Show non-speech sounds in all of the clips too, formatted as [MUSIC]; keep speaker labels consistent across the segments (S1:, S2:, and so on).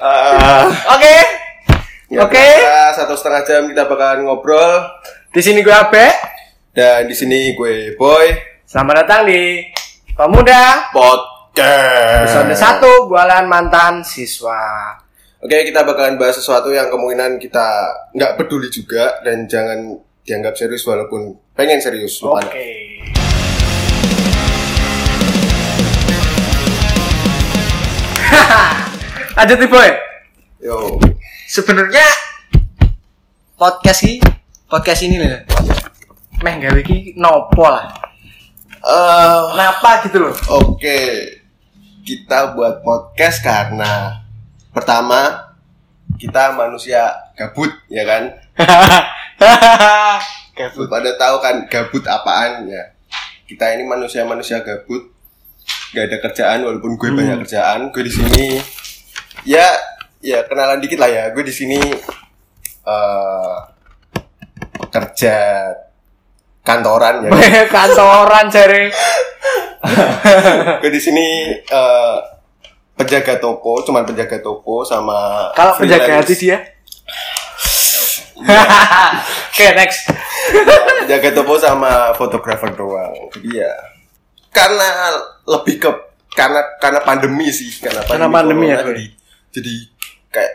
S1: Ah,
S2: Oke.
S1: ya,
S2: Oke.
S1: ternyata Satu setengah jam kita bakalan ngobrol
S2: Di sini gue Abe.
S1: dan di sini gue Boy
S2: Selamat datang di Pemuda
S1: Podcast.
S2: episode 1 Bualan Mantan Siswa.
S1: Oke, kita bakalan bahas sesuatu yang kemungkinan kita nggak peduli juga dan jangan dianggap serius walaupun pengen serius.
S2: Oke. [LAUGHS]
S1: Lupa.
S2: Aja nih boy.
S1: Yo,
S2: Sebenarnya podcast ini podcast ini loh. ya. Meh gawe iki nopo lah.
S1: Eh,
S2: Kenapa gitu
S1: [LAUGHS]
S2: loh?
S1: oke, kita buat podcast karena pertama kita manusia gabut, ya kan?
S2: [LAUGHS]
S1: Lu pada tahu kan gabut apaan ya kita ini manusia-manusia gabut gak ada kerjaan walaupun
S2: Hmm.
S1: gue banyak kerjaan gue di sini ya ya kenalan dikit lah ya gue di sini eh kerja kantoran ya
S2: [LAUGHS] Kantoran cari.
S1: gue di sini eh penjaga toko cuman penjaga toko sama
S2: Kalau penjaga hati
S1: freelance.
S2: dia. [LAUGHS] Oke, next.
S1: jaga toko sama fotografer doang jadi ya karena lebih ke karena karena pandemi sih karena pandemi,
S2: Karena pandemi ya,
S1: corona,
S2: Boy.
S1: jadi jadi kayak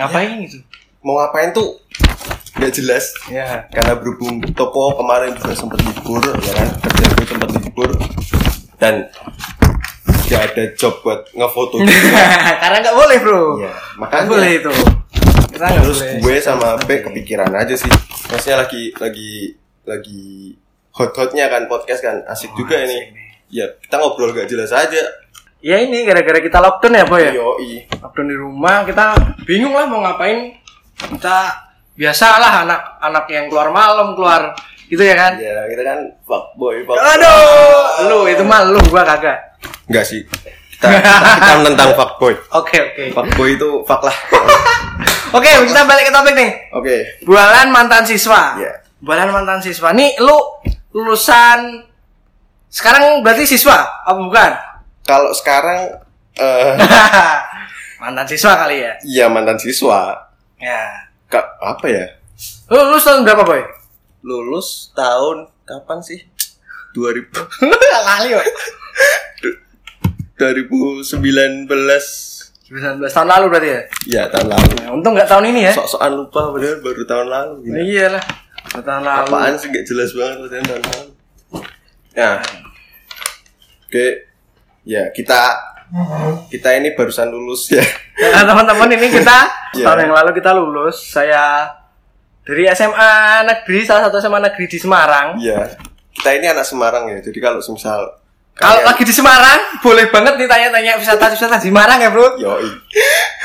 S2: Ngapain itu?
S1: mau ngapain tuh nggak jelas
S2: Ya. [LAUGHS]
S1: karena berhubung toko kemarin juga sempat libur ya kan kerja gue sempat libur dan nggak ada job buat ngefoto
S2: Karena nggak boleh, Bro.
S1: Iya,
S2: Nggak
S1: makanya
S2: boleh itu. Kita nggak
S1: terus
S2: boleh.
S1: gue sama B kepikiran aja sih maksudnya lagi lagi lagi hot-hotnya kan podcast kan asik juga ini
S2: Oh, asik nih.
S1: ya kita ngobrol gak jelas aja
S2: Ya ini gara-gara kita lockdown ya, Boy. ya?
S1: yoi
S2: Lockdown di rumah, kita bingung lah mau ngapain. Kita biasalah anak-anak yang keluar malam, keluar gitu ya kan.
S1: ya kita kan fuck boy fuck
S2: Aduh, lu itu mah lu gua kagak.
S1: enggak sih kita kita, kita tentang fuck boy
S2: Oke, oke.
S1: fuck boy itu fuck
S2: [LAUGHS]
S1: lah
S2: Oke, kita balik ke topik nih.
S1: oke
S2: Bualan mantan siswa.
S1: Iya.
S2: Bualan mantan siswa. Nih lu lulusan sekarang berarti siswa apa
S1: [LAUGHS]
S2: bukan?
S1: kalau sekarang eh
S2: mantan siswa kali ya.
S1: ya mantan siswa
S2: Ya.
S1: Ka- apa ya
S2: Lu lulus tahun berapa, Boy?
S1: lulus tahun kapan sih 2000
S2: Lali, Boy.
S1: 2019
S2: 19 tahun lalu berarti ya.
S1: ya tahun lalu
S2: Nah, untung nggak tahun ini ya.
S1: sok-sokan lupa padahal baru tahun lalu gini.
S2: Nah, iyalah. Tahun lalu.
S1: iya.
S2: [LAUGHS]
S1: apaan sih gak jelas banget padahal tahun lalu nah oke ya kita kita ini barusan lulus ya
S2: Nah, teman-teman ini kita
S1: Iya.
S2: tahun yang lalu kita lulus. Saya dari SMA negeri salah satu SMA negeri di Semarang.
S1: ya kita ini anak Semarang ya jadi kalau semisal
S2: Kalau
S1: kalian-
S2: lagi di Semarang, boleh banget nih tanya-tanya wisata-wisata di Semarang ya, Bro.
S1: Yoi.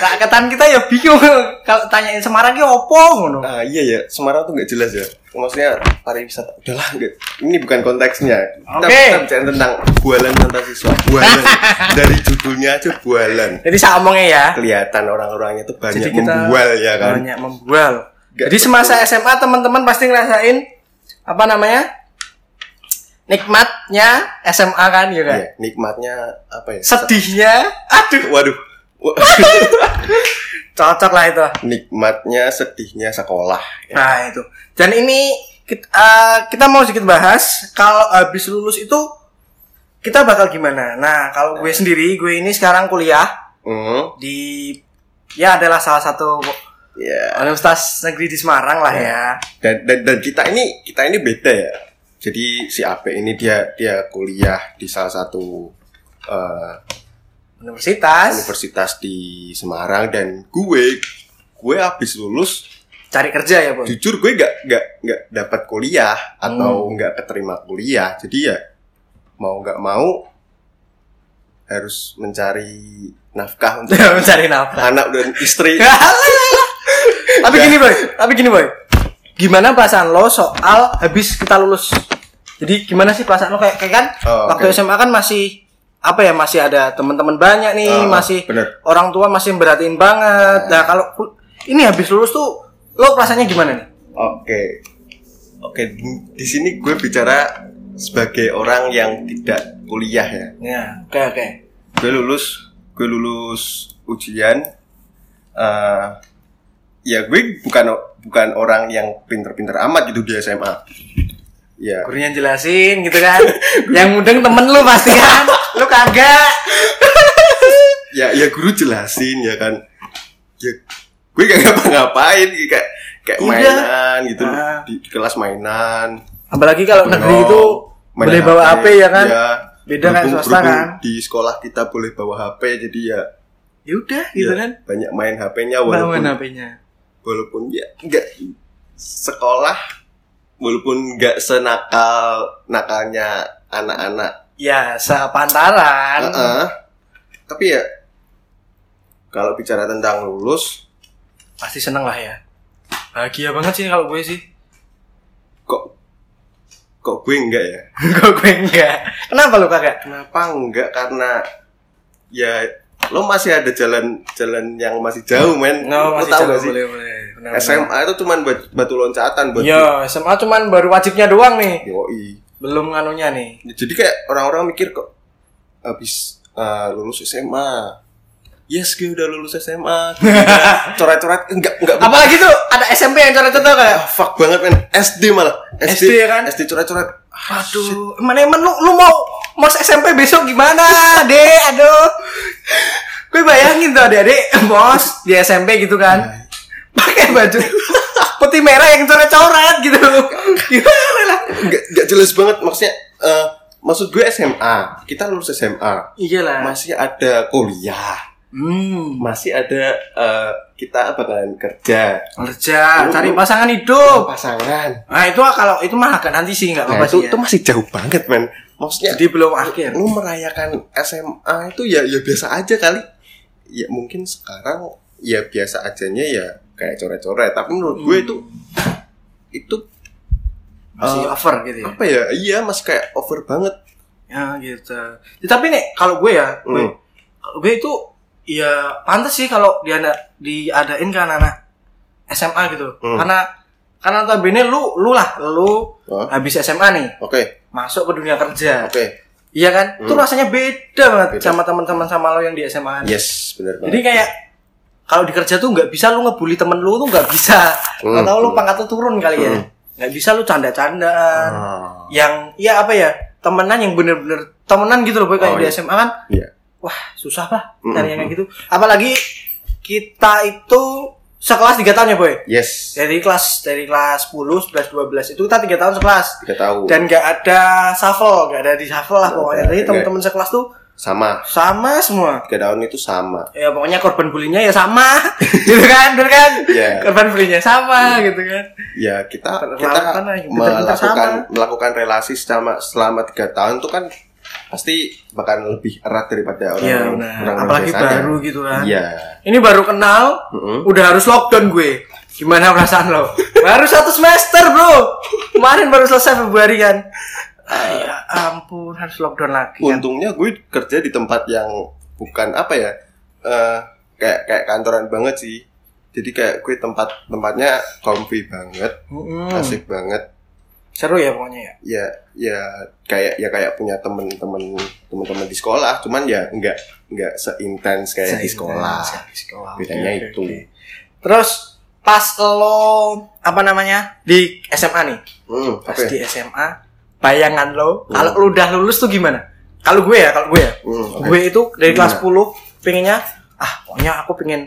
S2: Rakyatan kita ya bingung kalau tanyain Semarang ki opo ngono.
S1: Ah, iya ya, Semarang tuh nggak jelas ya. Maksudnya pariwisata. Udahlah, nggak. Ini bukan konteksnya. Kita,
S2: Oke.
S1: kita bicara tentang bualan tentang siswa.
S2: [LAUGHS]
S1: Bualan. Dari judulnya aja bualan.
S2: Jadi saomongnya ya.
S1: Kelihatan orang-orangnya tuh banyak
S2: Jadi kita
S1: membual ya kan.
S2: Banyak membual.
S1: Gak
S2: Jadi semasa SMA teman-teman pasti ngerasain apa namanya? Nikmatnya SMA kan ya kan.
S1: Iya, nikmatnya apa ya? [LAUGHS]
S2: Sedihnya, aduh,
S1: Waduh. Wa-
S2: cocok lah itu.
S1: nikmatnya sedihnya sekolah. Ya.
S2: Nah, itu. Dan ini kita, eh, kita mau sedikit bahas kalau habis lulus itu kita bakal gimana. Nah, kalau gue sendiri, gue ini sekarang kuliah
S1: Hmm,
S2: di ya adalah salah satu
S1: ya.
S2: universitas negeri di Semarang lah
S1: Iya.
S2: ya.
S1: Dan, dan dan kita ini kita ini beda ya. Jadi si Ape ini dia dia kuliah di salah satu eh,
S2: Universitas,
S1: universitas di Semarang dan gue gue habis lulus
S2: cari kerja ya, Bos.
S1: jujur gue nggak nggak nggak dapat kuliah atau nggak keterima kuliah jadi ya mau nggak mau harus mencari nafkah
S2: [LAUGHS]
S1: untuk
S2: [LAUGHS] Mencari nafkah.
S1: anak dan istri
S2: tapi
S1: Iya.
S2: gini, Boy. Tapi gini, Boy. Gimana perasaan lo soal habis kita lulus? Jadi gimana sih perasaan lo kayak, kayak kan
S1: Oh,
S2: waktu
S1: oke.
S2: SMA kan masih apa ya masih ada teman-teman banyak nih
S1: Oh,
S2: masih
S1: bener. Iya.
S2: orang tua masih beratin banget. Nah kalau ku- ini habis lulus tuh lo perasaannya gimana nih?
S1: oke oke di- di sini gue bicara sebagai orang yang tidak kuliah ya
S2: Ya, oke oke.
S1: gue lulus gue lulus ujian eh ya gue bukan bukan orang yang pinter-pinter amat gitu di SMA ya
S2: Gurunya jelasin gitu
S1: [LAUGHS]
S2: kan. Yang mudeng temen lu pasti kan. Lu kagak.
S1: ya ya guru jelasin ya kan ya gue gak ngapa-ngapain kayak kayak
S2: Udah.
S1: mainan gitu
S2: Ah.
S1: di, di kelas mainan
S2: Apalagi kalau negeri itu
S1: main
S2: boleh bawa HP ya kan.
S1: ya.
S2: Beda kan
S1: Berhubung-
S2: swasta
S1: berhubung
S2: kan.
S1: di sekolah kita boleh bawa HP jadi ya,
S2: Ya udah gitu
S1: ya
S2: kan.
S1: banyak main HP-nya
S2: Bangun
S1: Iya, walaupun
S2: HP-nya.
S1: walaupun ya enggak sekolah walaupun nggak senakal nakalnya anak-anak
S2: Ya, sepantaran.
S1: Heeh. tapi ya kalau bicara tentang lulus
S2: Pasti seneng lah ya. Bahagia banget sih kalau gue sih. [LAUGHS]
S1: kok kok gue enggak ya
S2: Kok gue enggak. Kenapa lu kagak?
S1: kenapa enggak karena ya lo masih ada jalan jalan yang masih jauh men
S2: No,
S1: lo
S2: masih
S1: tahu
S2: jauh,
S1: gak sih
S2: boleh, boleh. Benar, benar.
S1: SMA itu cuman bat- batu loncatan buat
S2: Iya, SMA cuman baru wajibnya doang nih.
S1: yoi
S2: Belum nganunya nih.
S1: jadi kayak orang-orang mikir kok habis uh, lulus SMA yes gue udah lulus
S2: [LAUGHS]
S1: SMA coret-coret enggak enggak
S2: Apalagi tuh ada SMP yang coret-coret tau gak?
S1: ah, fuck banget men SD malah SD,
S2: SD kan?
S1: SD coret-coret
S2: Aduh, mana emang lu lu mau mos SMP besok gimana, Dek? Aduh. Gue bayangin tuh adik-adik mos di SMP gitu kan. Pakai baju putih merah yang coret-coret gitu. Gimana lah?
S1: enggak enggak jelas banget maksudnya eh, maksud gue SMA kita lulus SMA
S2: Iyalah.
S1: masih ada kuliah
S2: Hmm,
S1: masih ada eh, kita bakalan kerja
S2: kerja,
S1: Lu-
S2: cari
S1: lu-
S2: pasangan hidup.
S1: pasangan
S2: Nah, itu kalau itu mah agak nanti sih nggak
S1: nah,
S2: apa-apa
S1: itu,
S2: sih. ya.
S1: itu masih jauh banget men maksudnya
S2: Jadi belum akhir.
S1: lu merayakan SMA itu ya ya biasa aja kali ya mungkin sekarang ya biasa ajanya ya kayak coret-coret tapi menurut
S2: Hmm.
S1: gue itu itu
S2: masih
S1: eh,
S2: over gitu ya.
S1: apa ya iya mas kayak over banget
S2: Ya gitu. Ya, tapi nih kalau gue ya, gue
S1: Hmm.
S2: Kalau gue itu ya pantas sih kalau diada diadain ke anak-anak SMA gitu.
S1: Hmm.
S2: Karena karena notabene lu lu lah lu
S1: Hah?
S2: habis SMA nih
S1: Oh, oke
S2: masuk ke dunia kerja.
S1: oke
S2: Iya kan? Itu
S1: Hmm.
S2: rasanya beda banget
S1: Beda. Iya.
S2: sama teman-teman sama lo yang di SMA.
S1: yes benar
S2: Jadi
S1: banget
S2: kayak kalau di kerja tuh nggak bisa lu ngebully temen lu tuh nggak bisa.
S1: Hmm.
S2: Atau lu pangkat lu turun kali ya.
S1: Hmm.
S2: Nggak bisa lu canda-candaan
S1: Ah,
S2: yang ya apa ya temenan yang bener-bener temenan gitu loh boy kayak
S1: Oh,
S2: di
S1: iya.
S2: SMA kan
S1: Iya.
S2: wah susah lah
S1: Mm-mm.
S2: cari yang kayak gitu apalagi kita itu sekelas tiga tahun ya boy
S1: yes
S2: dari kelas dari kelas 10, 11, 12 itu kita tiga tahun sekelas
S1: kita tahu
S2: dan gak ada shuffle gak ada di shuffle lah
S1: Nggak
S2: pokoknya
S1: ada,
S2: jadi
S1: nggak.
S2: teman-teman sekelas tuh
S1: sama
S2: sama semua
S1: tiga tahun itu sama
S2: ya pokoknya korban bulinya ya sama [LAUGHS] gitu kan bener kan
S1: Iya.
S2: korban bulinya sama gitu kan
S1: ya kita kita
S2: Melakukan lah, kita- kita
S1: melakukan
S2: sama.
S1: melakukan relasi selama selama tiga tahun tuh kan pasti bakal lebih erat daripada
S2: Iya,
S1: orang
S2: benar.
S1: orang
S2: Apalagi baru gitu kan.
S1: iya
S2: ini baru kenal
S1: Mm-mm.
S2: udah harus lockdown gue gimana perasaan lo baru satu semester bro kemarin baru selesai Februari kan Ah, ya ampun harus lockdown lagi kan
S1: Iya. untungnya gue kerja di tempat yang bukan apa ya eh, kayak kayak kantoran banget sih jadi kayak gue tempat tempatnya comfy banget
S2: Mm-mm.
S1: asik banget
S2: Hmm, seru ya pokoknya ya
S1: ya ya kayak ya kayak punya temen-temen temen-temen di sekolah cuman ya nggak nggak seintens kayak di sekolah
S2: Seru Iya, di sekolah.
S1: bedanya
S2: Oke, oke,
S1: itu.
S2: oke. terus pas lo apa namanya di SMA nih
S1: Hmm,
S2: pas
S1: apa ya?
S2: di SMA bayangan lo
S1: Hmm.
S2: kalau lo udah lulus tuh gimana kalau gue ya kalau gue ya
S1: Hmm, oke.
S2: gue itu dari kelas
S1: Gimana?
S2: 10 pengennya ah pokoknya aku pengen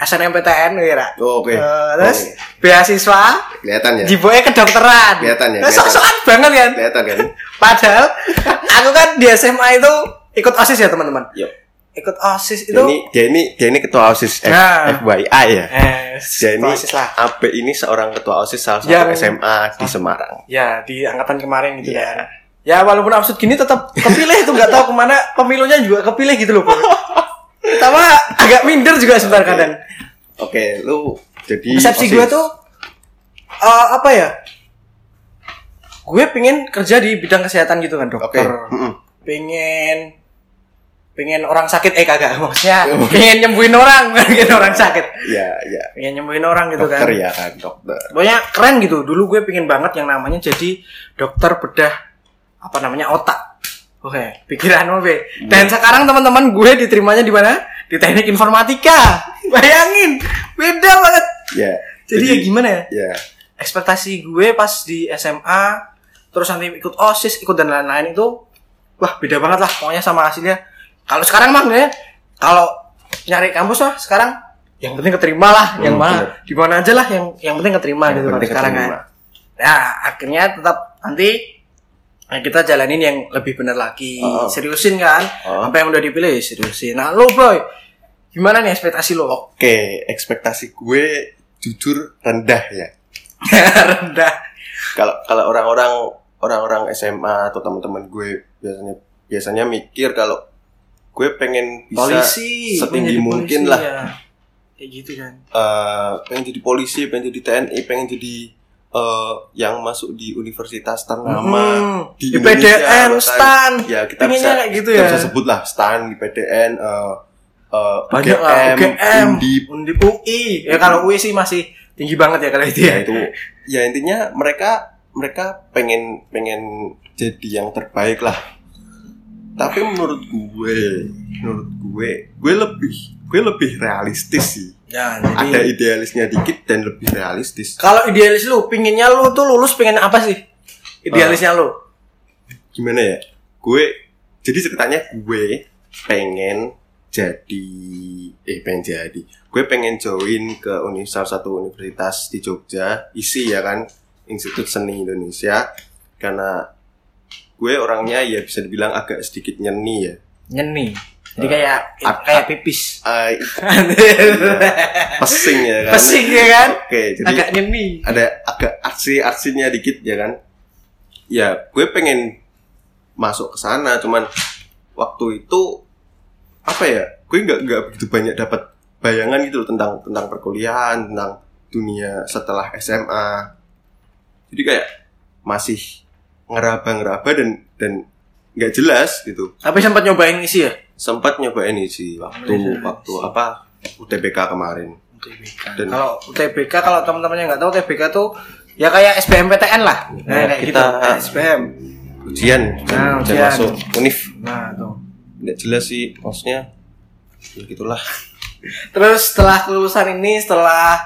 S2: SNMPTN kira
S1: Oh, oke
S2: Eh, terus
S1: Oh,
S2: beasiswa
S1: kelihatan ya
S2: dibawa kedokteran.
S1: Kelihatan ya,
S2: Terus
S1: kelihatan.
S2: sok-sokan banget kan.
S1: kelihatan kan
S2: Padahal [LAUGHS] aku kan di SMA itu ikut OSIS ya, teman-teman.
S1: Yuk.
S2: Ikut OSIS itu
S1: Dia ini dia ini dia ini ketua osis F-
S2: Nah.
S1: FYI ya
S2: eh
S1: dia ini
S2: ikut OSIS lah.
S1: AB ini seorang ketua osis salah satu
S2: Yang-
S1: SMA di Semarang
S2: Ya, di angkatan kemarin gitu
S1: Iya.
S2: kan. Ya walaupun absurd gini tetap kepilih itu nggak tahu kemana pemilunya juga kepilih gitu loh. Bro. Pertama agak minder juga sebentar kadang.
S1: Oke, lu jadi
S2: persepsi
S1: OSIS.
S2: gue tuh eh, apa ya gue pengen kerja di bidang kesehatan gitu kan
S1: Oke.
S2: dokter
S1: Mm-mm.
S2: pengen pengen orang sakit eh kagak maksudnya pengen nyembuhin orang [LAUGHS] bukan pengen orang sakit
S1: Ya, ya.
S2: pengen nyembuhin orang gitu kan
S1: Dokter ya kan, dokter.
S2: pokoknya keren gitu dulu gue pengen banget yang namanya jadi dokter bedah apa namanya otak. Oke, pikiran oke. Dan sekarang teman-teman gue diterimanya di mana? Di teknik informatika. Bayangin, beda banget.
S1: ya
S2: Jadi, ya gimana ya?
S1: ya
S2: Ekspektasi gue pas di SMA terus nanti ikut OSIS, ikut dan lain-lain itu wah beda banget lah pokoknya sama hasilnya. Kalau sekarang mah ya, kalau nyari kampus lah sekarang yang penting keterima lah, yang
S1: Hmm,
S2: mana di mana aja lah yang yang penting keterima gitu kalau
S1: penting
S2: sekarang
S1: keterima.
S2: kan. Nah, akhirnya tetap nanti nah, kita jalanin yang lebih benar lagi.
S1: Oh.
S2: Seriusin kan?
S1: Oh.
S2: Apa yang udah dipilih seriusin. Nah, lo boy, gimana nih ekspektasi lo? [LAUGHS]
S1: oke ekspektasi gue jujur rendah ya
S2: Rendah.
S1: kalau kalau orang-orang orang-orang SMA atau teman-teman gue biasanya biasanya mikir kalau gue pengen bisa
S2: Polisi.
S1: setinggi
S2: Pengen jadi
S1: mungkin
S2: polisi,
S1: lah
S2: ya. Kayak gitu kan.
S1: eh, pengen jadi polisi pengen jadi TNI pengen jadi eh, yang masuk di universitas ternama
S2: Hmm,
S1: di
S2: di PDN,
S1: bahkan.
S2: stan.
S1: ya kita
S2: Pengennya
S1: bisa
S2: kayak gitu
S1: kita
S2: ya.
S1: bisa sebut lah stan di PDN eh eh,
S2: Banyak lah, UGM,
S1: Undip
S2: Undip UI. Ya kalau UI sih masih tinggi banget ya kalau itu ya.
S1: ya itu ya intinya mereka mereka pengen pengen jadi yang terbaik lah tapi menurut gue menurut gue gue lebih gue lebih realistis sih
S2: Ya,
S1: ada
S2: jadi
S1: idealisnya dikit dan lebih realistis
S2: kalau idealis lu, pinginnya lu tuh lulus pengen apa sih? Idealisnya lu.
S1: gimana ya gue jadi ceritanya gue pengen jadi eh pengen jadi gue pengen join ke uni, salah satu universitas di Jogja isi ya kan Institut Seni Indonesia karena gue orangnya ya bisa dibilang agak sedikit nyeni ya
S2: Nyeni. Jadi kayak
S1: Ap-
S2: kayak
S1: [LAUGHS]
S2: pipis.
S1: Ah, pesing ya kan
S2: Pesing ya kan?
S1: oke jadi
S2: Agak nyeni.
S1: ada agak aksi aksinya dikit ya kan ya gue pengen masuk ke sana cuman waktu itu apa ya gue nggak nggak begitu banyak dapat bayangan gitu loh tentang tentang perkuliahan tentang dunia setelah SMA jadi kayak masih ngeraba-ngeraba dan dan nggak jelas gitu
S2: Tapi sempat nyobain isi ya?
S1: sempat nyobain isi waktu waktu apa UTBK kemarin
S2: UTBK.
S1: Dan-
S2: Kalau UTBK kalau teman-temannya nggak tahu UTBK tuh ya kayak SBMPTN lah. Nah,
S1: Nah,
S2: kayak
S1: kita-
S2: gitu. SBM.
S1: ujian
S2: Nah,
S1: ujian
S2: ujian.
S1: masuk univ
S2: Nah, tuh.
S1: nggak jelas sih maksudnya ya gitulah
S2: Terus setelah kelulusan ini setelah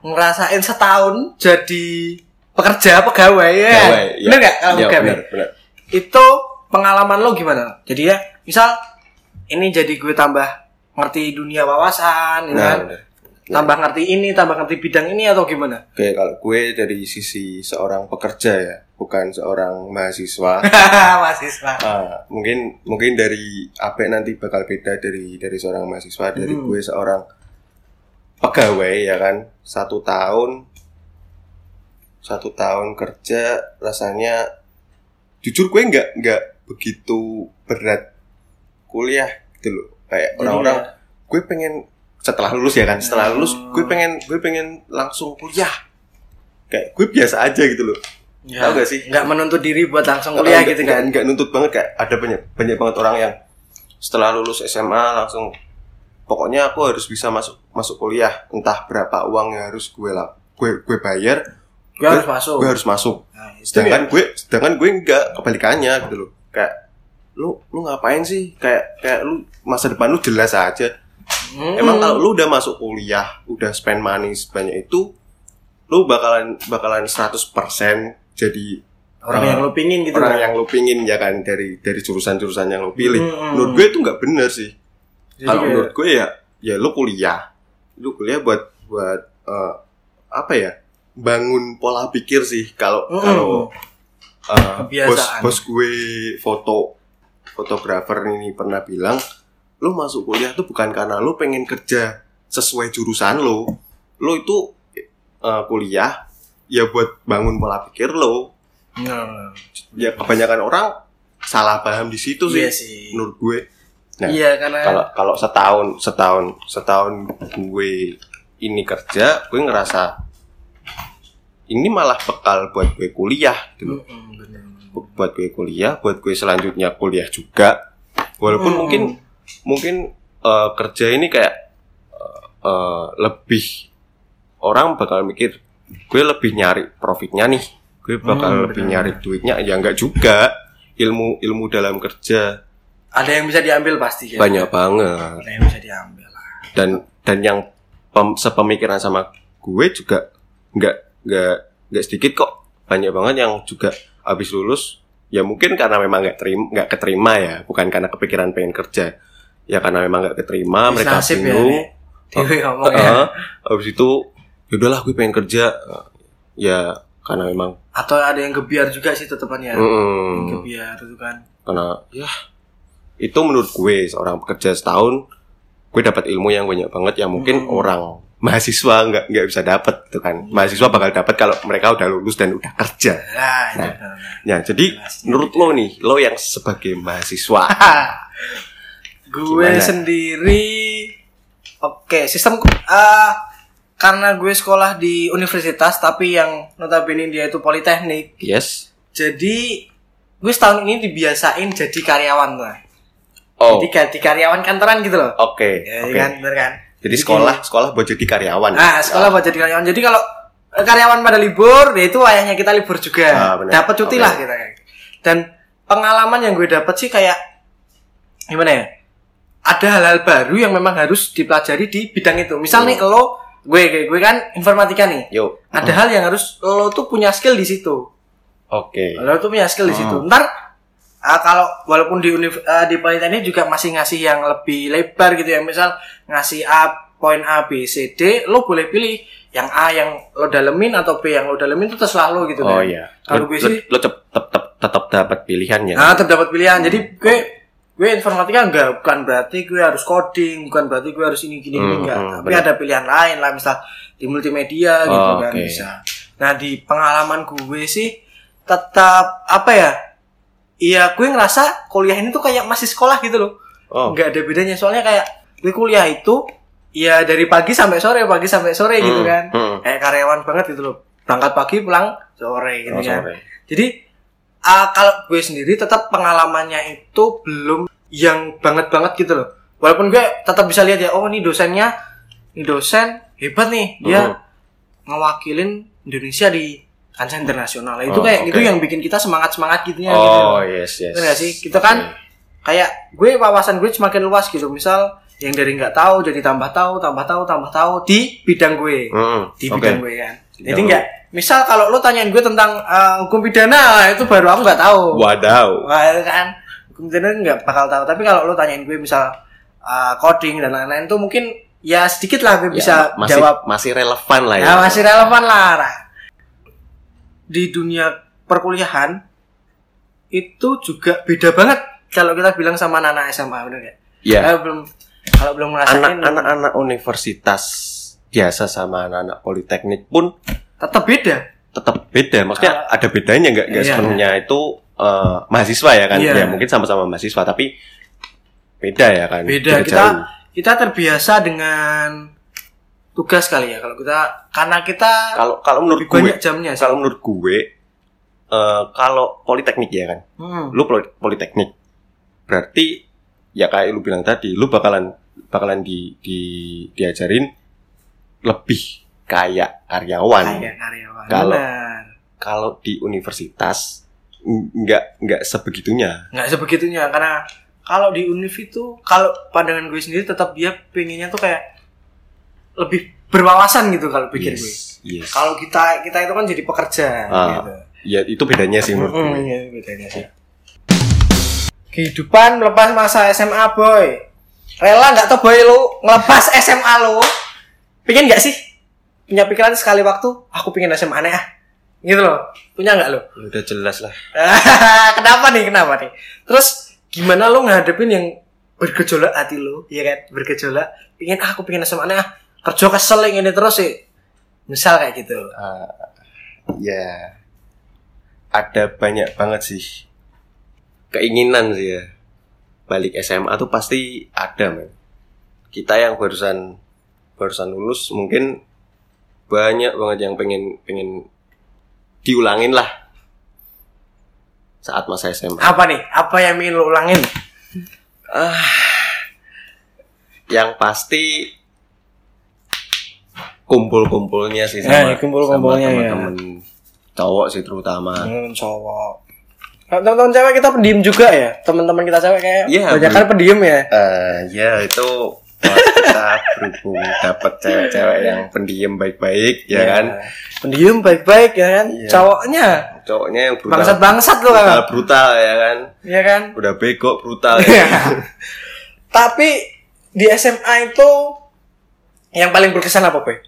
S2: ngerasain setahun jadi pekerja pegawai ya.
S1: Pegawai, ya.
S2: Bener nggak kalau
S1: Ya,
S2: pegawai?
S1: benar, benar.
S2: Itu pengalaman lo gimana? Jadi ya, misal ini jadi gue tambah ngerti dunia wawasan, ya
S1: Nah,
S2: kan?
S1: benar.
S2: tambah ngerti ini, tambah ngerti bidang ini atau
S1: [LAUGHS]
S2: gimana?
S1: Oke, kalau gue dari sisi seorang pekerja ya, bukan seorang mahasiswa.
S2: Mahasiswa.
S1: Ah, mungkin mungkin dari Ape nanti bakal beda dari dari seorang mahasiswa, dari
S2: Hmm.
S1: gue seorang pegawai ya kan. Satu tahun satu tahun kerja rasanya jujur gue nggak nggak begitu berat kuliah gitu loh kayak
S2: Jadi
S1: orang-orang
S2: ya-
S1: gue pengen setelah lulus ya kan setelah
S2: Hmm.
S1: lulus gue pengen gue pengen langsung kuliah kayak gue biasa aja gitu loh
S2: Ya,
S1: Tahu nggak sih?
S2: Nggak menuntut diri buat langsung kuliah
S1: Nggak-
S2: gitu
S1: nggak-
S2: kan?
S1: nggak nuntut banget kayak ada banyak banyak banget orang yang setelah lulus SMA langsung pokoknya aku harus bisa masuk masuk kuliah entah berapa uang yang harus gue lah gue gue bayar
S2: Gue harus masuk.
S1: gue harus masuk
S2: Nah, itu ya.
S1: sedangkan gue sedangkan gue nggak kebalikannya gitu loh kayak lu lu ngapain sih kayak kayak lu masa depan lu jelas aja
S2: Mm-mm.
S1: Emang kalau lu udah masuk kuliah, udah spend money sebanyak itu, lu bakalan bakalan 100% jadi
S2: orang yang lo pingin gitu
S1: orang
S2: kan?
S1: yang lu pingin ya kan dari dari jurusan-jurusan yang lu pilih.
S2: Mm-mm.
S1: Menurut gue itu nggak bener sih.
S2: hmm. Jadi
S1: kalau
S2: kayak-
S1: menurut gue ya ya lu kuliah. Lu kuliah buat buat eh, apa ya? Bangun pola pikir sih kalau
S2: Mm-mm.
S1: kalau eh, bos
S2: Oh. Kebiasaan.
S1: bos gue foto fotografer ini pernah bilang lu masuk kuliah tuh bukan karena lu pengen kerja sesuai jurusan lu lu itu eh, kuliah ya buat bangun pola pikir lo
S2: Nah,
S1: ya kebanyakan orang salah paham di situ Gitu sih
S2: iya sih.
S1: menurut gue Nah,
S2: iya karena
S1: kalau kalau setahun setahun setahun gue ini kerja gue ngerasa ini malah bekal buat gue kuliah gitu loh.
S2: Mm-mm, bener.
S1: buat gue kuliah, buat gue selanjutnya kuliah juga. Walaupun
S2: Mm.
S1: mungkin mungkin eh, kerja ini kayak eh, eh, lebih orang bakal mikir gue lebih nyari profitnya nih. Gue bakal
S2: Hmm,
S1: lebih
S2: benar.
S1: nyari duitnya ya enggak juga. ilmu ilmu dalam kerja
S2: Ada yang bisa diambil pasti ya.
S1: banyak banget
S2: Ada yang bisa diambil lah.
S1: dan dan yang pem- sepemikiran sama gue juga nggak nggak nggak sedikit kok banyak banget yang juga habis lulus ya mungkin karena memang nggak terima nggak keterima ya bukan karena kepikiran pengen kerja ya karena memang nggak keterima Ah, mereka
S2: Disnasib ya,
S1: bingung Ah.
S2: Dek. Dewi ngomong ya.
S1: Heeh. habis itu yaudahlah gue pengen kerja ya karena memang
S2: Atau ada yang gebiar juga sih tetepan ya.
S1: mm,
S2: Gebiar itu kan.
S1: karena ya itu menurut gue seorang pekerja setahun gue dapat ilmu yang banyak banget yang mungkin
S2: Hmm.
S1: orang mahasiswa nggak nggak bisa dapat gitu
S2: Iya.
S1: kan mahasiswa bakal dapat kalau mereka udah lulus dan udah kerja
S2: Nah, itu.
S1: ya jadi
S2: Jelasnya.
S1: menurut lo nih lo yang sebagai mahasiswa
S2: [LAUGHS] Ah. gue
S1: Gimana?
S2: sendiri oke sistem ah, karena gue sekolah di universitas tapi yang notabene dia itu politeknik
S1: yes
S2: jadi gue setahun ini dibiasain jadi karyawan lah
S1: oh
S2: jadi
S1: oke
S2: ganti karyawan kantoran gitu loh ya,
S1: Oh, oke.
S2: kan bener kan
S1: jadi sekolah sekolah buat jadi karyawan
S2: ah sekolah buat jadi karyawan jadi kalau eh, karyawan pada libur ya itu ayahnya kita libur
S1: Ah,
S2: juga
S1: bener.
S2: dapat cuti
S1: Oke.
S2: lah kita dan pengalaman yang gue dapat sih kayak gimana ya ada hal-hal baru yang memang harus dipelajari di bidang itu misal nih
S1: Hmm.
S2: lo gue gue gue kan informatika nih
S1: yuk
S2: ada hal yang harus lo tuh punya skill di situ
S1: oke
S2: lo tuh punya skill di situ
S1: Hmm.
S2: ntar ah, kalau walaupun di univ, eh, di politeknik juga masih ngasih yang lebih lebar gitu ya misal ngasih A poin A B C D lo boleh pilih yang A yang lo dalemin atau B yang lo dalemin itu terserah lo gitu
S1: oh
S2: kan.
S1: iya
S2: kalau
S1: lo,
S2: gue sih
S1: lo, tetap tetap tetap dapat pilihan ya
S2: Nah, terdapat pilihan. Jadi gue gue informatika enggak bukan berarti gue harus coding, bukan berarti gue harus ini gini gini
S1: Hmm,
S2: enggak.
S1: hmm,
S2: Tapi
S1: benar.
S2: ada pilihan lain lah misal di multimedia gitu
S1: Oh,
S2: kan
S1: oke.
S2: bisa. Nah, di pengalaman gue sih tetap apa ya? Iya, gue ngerasa kuliah ini tuh kayak masih sekolah gitu loh.
S1: oh
S2: Enggak ada bedanya soalnya kayak gue kuliah itu ya dari pagi sampai sore, pagi sampai sore gitu
S1: Hmm,
S2: kan.
S1: hmm.
S2: Kayak karyawan banget gitu loh. Berangkat pagi pulang sore gitu
S1: Oh,
S2: kan.
S1: sorry.
S2: Jadi ah, kalau gue sendiri tetap pengalamannya itu belum yang banget-banget gitu loh. Walaupun gue tetap bisa lihat ya, oh ini dosennya, ini dosen hebat nih, dia
S1: Hmm.
S2: ngewakilin Indonesia di kancah internasional. Itu
S1: Oh,
S2: kayak
S1: oke.
S2: itu yang bikin kita semangat semangat gitu ya. gitu
S1: oh
S2: loh.
S1: yes yes
S2: Bener gak sih? Kita kan
S1: Oke.
S2: Kayak gue wawasan gue semakin luas gitu. Misal yang dari nggak tahu jadi tambah tahu, tambah tahu, tambah tahu di bidang gue
S1: Mm,
S2: di
S1: oke.
S2: bidang gue kan.
S1: Bidang
S2: Jadi
S1: lu.
S2: nggak, misal kalau lo tanyain gue tentang eh, hukum pidana itu baru aku nggak tahu.
S1: Wadaw.
S2: Wah, itu kan hukum pidana nggak bakal tahu. Tapi kalau lo tanyain gue misal eh, coding dan lain-lain tuh mungkin ya sedikit lah gue
S1: Ya,
S2: bisa
S1: masih,
S2: jawab.
S1: masih relevan lah ya.
S2: Ya masih relevan lah. Ra. Di dunia perkuliahan itu juga beda banget kalau kita bilang sama anak-anak SMA bener nggak?
S1: Ya.
S2: Kalau belum kalau belum ngerasain
S1: Anak-anak universitas biasa sama anak-anak politeknik pun
S2: tetap beda.
S1: tetap beda. Maksudnya ada bedanya nggak nggak
S2: Iya.
S1: sepenuhnya itu eh, mahasiswa ya kan?
S2: Iya.
S1: Ya mungkin sama-sama mahasiswa tapi beda ya kan?
S2: beda
S1: Beda
S2: kita
S1: jauh.
S2: kita terbiasa dengan tugas kali ya kalau kita karena kita
S1: Kalau kalau menurut
S2: lebih
S1: gue,
S2: banyak jamnya sih.
S1: kalau menurut gue eh, kalau politeknik ya kan,
S2: Hmm.
S1: lu poli- politeknik berarti ya kayak lu bilang tadi lu bakalan bakalan di, di diajarin lebih kayak karyawan
S2: kayak karyawan
S1: Kalau-
S2: benar
S1: kalau di universitas n- nggak nggak sebegitunya
S2: nggak sebegitunya karena kalau di univ itu kalau pandangan gue sendiri tetap dia pengennya tuh kayak lebih berwawasan gitu kalau pikir gue
S1: yes, yes.
S2: kalau kita kita itu kan jadi pekerja
S1: Ah,
S2: gitu.
S1: ya itu bedanya sih menurut
S2: Mm-mm,
S1: gue
S2: iya, bedanya sih. Kehidupan lepas masa SMA boy. Rela nggak tuh boy lu ngelepas SMA lu? Pengen nggak sih? Punya pikiran sekali waktu, aku pengen SMA aneh ah. Gitu loh. Punya nggak lo?
S1: Ya udah jelas lah
S2: [LAUGHS] kenapa nih? Kenapa nih? Terus gimana lo ngadepin yang bergejolak hati lo? Iya kan? Bergejolak. Pengen ah, aku pengen SMA aneh ah. Kerja kesel yang ini terus sih. Misal kayak gitu.
S1: Ah, ya ada banyak banget sih keinginan sih ya balik SMA tuh pasti ada men kita yang barusan barusan lulus mungkin banyak banget yang pengen pengen diulangin lah saat masa SMA
S2: Apa nih? Apa yang ingin lo ulangin?
S1: yang pasti kumpul-kumpulnya sih sama,
S2: Eh, kumpul-kumpulnya,
S1: sama
S2: ya.
S1: temen-temen cowok sih terutama
S2: Hmm, cowok. Teman-teman cewek kita pendiam juga ya. Teman-teman kita cewek kayak
S1: Iya,
S2: banyak kan pendiam ya.
S1: Eh, ya itu buat
S2: [LAUGHS]
S1: kita berhubung dapat cewek-cewek yang pendiam baik-baik
S2: Iya.
S1: ya kan
S2: Pendiam baik-baik ya kan.
S1: Iya.
S2: Cowoknya
S1: cowoknya yang brutal
S2: bangsat-bangsat loh kan.
S1: brutal, brutal ya kan
S2: Iya kan?
S1: udah bego brutal [LAUGHS]
S2: Iya.
S1: ya kan?
S2: Tapi di SMA itu yang paling berkesan apa, Boy?